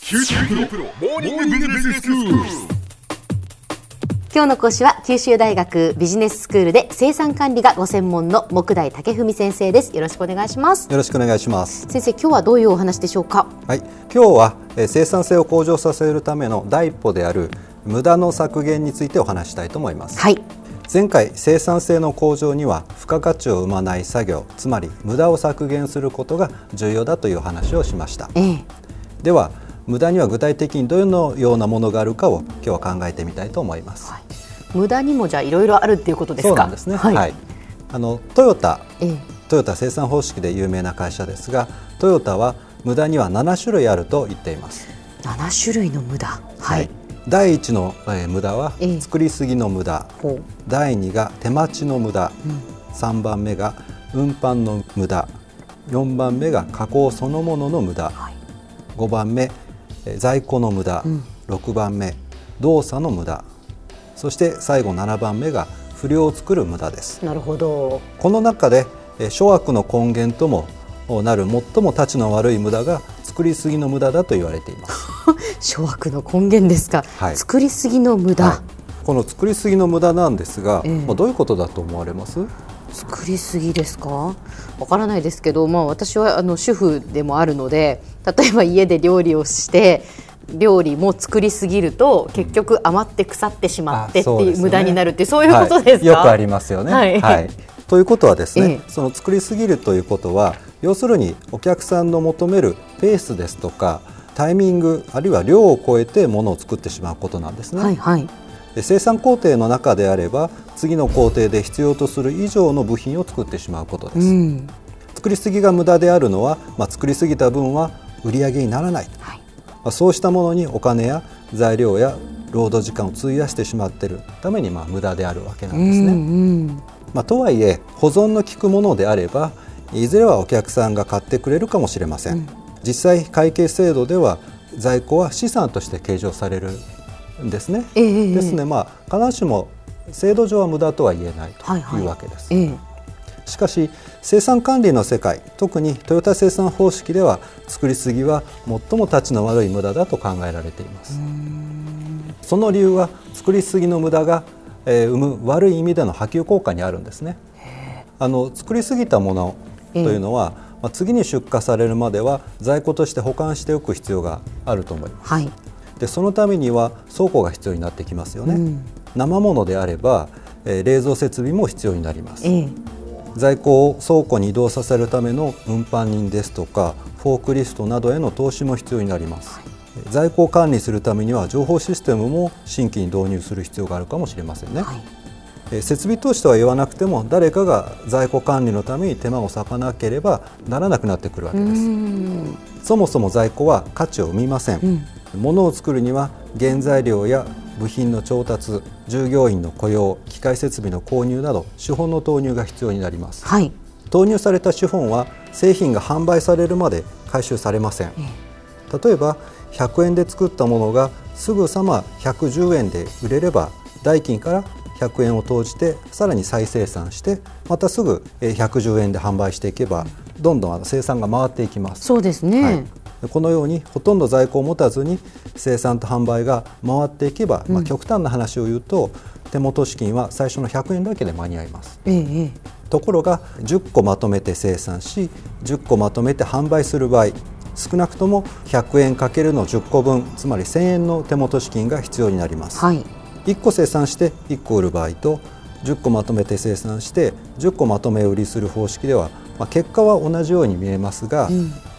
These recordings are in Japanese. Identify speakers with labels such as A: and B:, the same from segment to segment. A: 九州大学ビジネススクール。
B: 今日の講師は九州大学ビジネススクールで生産管理がご専門の木大武文先生ですよろしくお願いします
C: よろしくお願いします。
B: 先生今日はどういうお話でしょうか
C: はい、今日はえー生産性を向上させるための第一歩である無駄の削減についてお話したいと思います。
B: はい
C: 前回生産性の向上には付加価値を生まない作業、つまり無駄を削減することが重要だという話をしました。
B: ええ、
C: では無駄には具体的にどのようなものがあるかを今日は考えてみたいと思います。
B: はい、無駄にもじゃあいろいろあるっていうことですか
C: そうなんですね。
B: はい、
C: はい、あのトヨタ
B: ええ、
C: トヨタ生産方式で有名な会社ですが、トヨタは無駄には7種類あると言っています。
B: 7種類の無駄は
C: はいい、、第一の、えー無駄は
B: ええ
C: 作りすぎの無駄、
B: ほう
C: 第二が手待ちの無駄、
B: う
C: 三番目が運搬の無駄四番目が加工そのものの無駄
B: はい
C: 五番目、えー在庫の無駄
B: ん
C: 六、番目動作の無駄そして最後七番目が不良を作る無駄です
B: なるほど
C: この中でえー諸悪の根源ともなる最もたちの悪い無駄が作りすぎの無駄だと言われています
B: 諸悪の根源ですか、
C: はい
B: 作りすぎの無駄、
C: はい、この作りすぎの無駄なんですが、
B: ええ
C: まあどういうことだと思われます？
B: 作りすぎですかわからないですけど、まあ、私はあの主婦でもあるので例えば家で料理をして料理も作りすぎると結局余って腐ってしまってって
C: あそう
B: い
C: で
B: う
C: すね
B: 無駄になるっていうそういうことですか、
C: はいよくありますよね。
B: はい
C: ということはですね、
B: ええ
C: その作りすぎるということは、要するにお客さんの求めるペースですとかタイミングあるいは量を超えてものを作ってしまうことなんですね。
B: はいはい
C: で生産工程の中であれば次の工程で必要とする以上の部品を作ってしまうことです。
B: うん
C: 作りすぎが無駄であるのは、まあ、作りすぎた分は売り上げにならない。
B: はい
C: まあそうしたものにお金や材料や労働時間を費やしてしまっているためにまあ無駄であるわけなんです
B: うんう
C: ね。
B: ん
C: まあ、とはいえ保存の効くものであればいずれはお客さんが買ってくれるかもしれません。実際会計制度では在庫は資産として計上されるんですね。
B: ええええ
C: ですね、まあ、必ずしも制度上は無駄とは言えない
B: はい
C: と
B: はい
C: いうわけです。
B: ええ
C: しかし生産管理の世界特にトヨタ生産方式では作りすぎは最もたちの悪い無駄だと考えられていますその理由は作りすぎの無駄が、えー生む悪い意味での波及効果にあるんですねあの作りすぎたものというのは、まあ、次に出荷されるまでは在庫として保管しておく必要があると思います
B: はい
C: でそのためには倉庫が必要になってきますよね、生ものであれば、えー冷蔵設備も必要になります
B: ええ
C: 在庫を倉庫に移動させるための運搬人ですとかフォークリストなどへの投資も必要になります、在庫を管理するためには情報システムも新規に導入する必要があるかもしれませんね、
B: はい
C: えー設備投資とは言わなくても誰かが在庫管理のために手間を割かなければならなくなってくるわけです、
B: うん
C: そもそも在庫は価値を生みません、物を作るには原材料や部品の調達従業員の雇用機械設備の購入など資本の投入が必要になります
B: はい
C: 投入された資本は製品が販売されるまで回収されません例えば100円で作ったものがすぐさま110円で売れれば代金から100円を投じてさらに再生産してまたすぐえー110円で販売していけばどんどんあの生産が回っていきます
B: そうですね、
C: はい、このようにほとんど在庫を持たずに生産と販売が回っていけば、まあ、極端な話を言うと手元資金は最初の100円だけで間に合います
B: ええええ
C: ところが10個まとめて生産し10個まとめて販売する場合少なくとも100円かけるの10個分つまり1000円の手元資金が必要になります、
B: はい
C: 1個生産して1個売る場合と10個まとめて生産して10個まとめ売りする方式では、まあ、結果は同じように見えますが、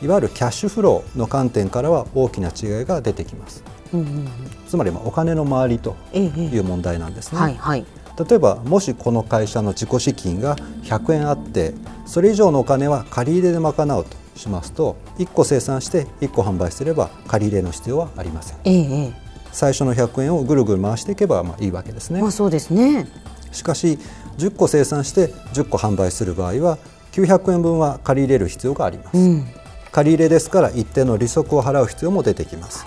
C: いわゆるキャッシュフローの観点からは大きな違いが出てきます
B: うんうん
C: つまりまあお金の回りと
B: ええ
C: い
B: ええ
C: う問題なんですね、
B: はいはい
C: 例えばもしこの会社の自己資金が100円あってそれ以上のお金は借り入れで賄うとしますと1個生産して1個販売すれば借り入れの必要はありません
B: ええええ
C: 最初の100円をぐるぐる回していけばまあいいわけですね
B: まあそうですね
C: しかし10個生産して10個販売する場合は900円分は借り入れる必要があります、
B: うん
C: 借り入れですから一定の利息を払う必要も出てきます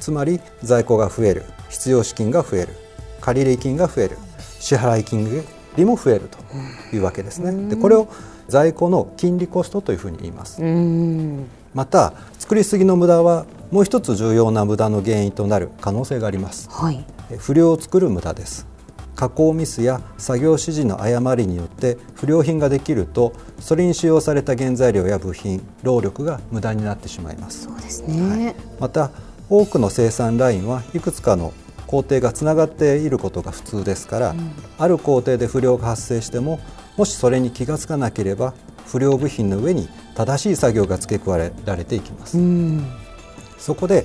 C: つまり在庫が増える必要資金が増える借入金が増える支払い金利も増えるというわけですねでこれを在庫の金利コストというふうに言います
B: うん
C: また作りすぎの無駄はもう一つ重要な無駄の原因となる可能性があります
B: はい
C: 不良を作る無駄です加工ミスや作業指示の誤りによって不良品ができるとそれに使用された原材料や部品労力が無駄になってしまいます
B: そうですね、
C: また多くの生産ラインはいくつかの工程がつながっていることが普通ですから、ある工程で不良が発生してももしそれに気がつかなければ不良部品の上に正しい作業が付け加えられていきます、そこで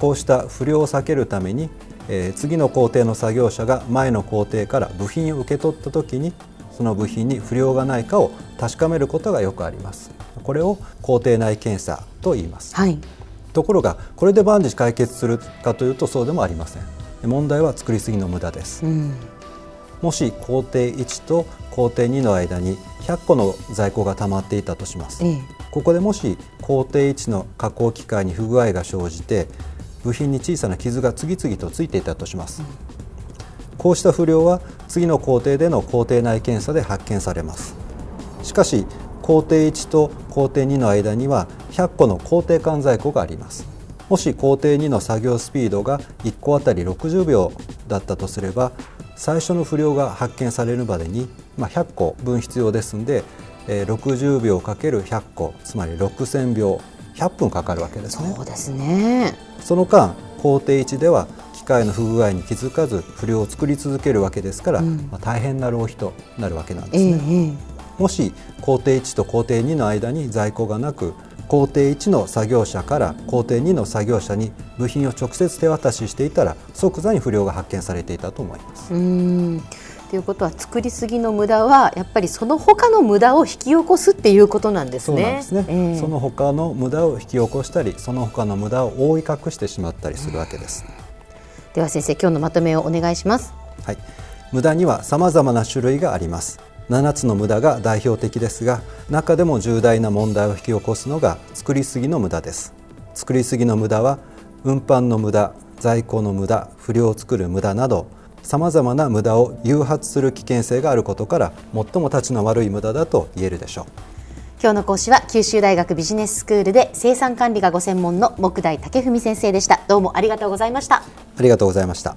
C: こうした不良を避けるために、えー次の工程の作業者が前の工程から部品を受け取った時にその部品に不良がないかを確かめることがよくありますこれを工程内検査と言います
B: はい
C: ところがこれで万事解決するかというとそうでもありません問題は作りすぎの無駄です、もし工程1と工程2の間に100個の在庫が溜まっていたとします、
B: ええ
C: ここでもし工程1の加工機械に不具合が生じて部品に小さな傷が次々とついていたとします、こうした不良は次の工程での工程内検査で発見されますしかし工程1と工程2の間には100個の工程間在庫がありますもし工程2の作業スピードが1個あたり60秒だったとすれば最初の不良が発見されるまでに、まあ、100個分必要ですんで、えー60秒 ×100 個つまり6000秒100分かかるわけですね
B: そうですね
C: その間工程1では機械の不具合に気づかず不良を作り続けるわけですから、まあ大変な浪費となるわけなんです
B: ええ
C: ね、
B: え
C: もし工程1と工程2の間に在庫がなく工程1の作業者から工程2の作業者に部品を直接手渡ししていたら即座に不良が発見されていたと思います
B: えうんということは作りすぎの無駄はやっぱりその他の無駄を引き起こすっていうことなんです
C: そうなん
B: ね。
C: ですね、
B: ええ
C: その他の無駄を引き起こしたりその他の無駄を覆い隠してしまったりするわけです、
B: では先生今日のまとめをお願いします。
C: はい、無駄には様々な種類があります7つの無駄が代表的ですが中でも重大な問題を引き起こすのが作りすぎの無駄です作りすぎの無駄は運搬の無駄在庫の無駄不良を作る無駄など様々な無駄を誘発する危険性があることから最もたちの悪い無駄だと言えるでしょう
B: 今日の講師は九州大学ビジネススクールで生産管理がご専門の木大武文先生でした。どうもありがとうございました。
C: ありがとうございました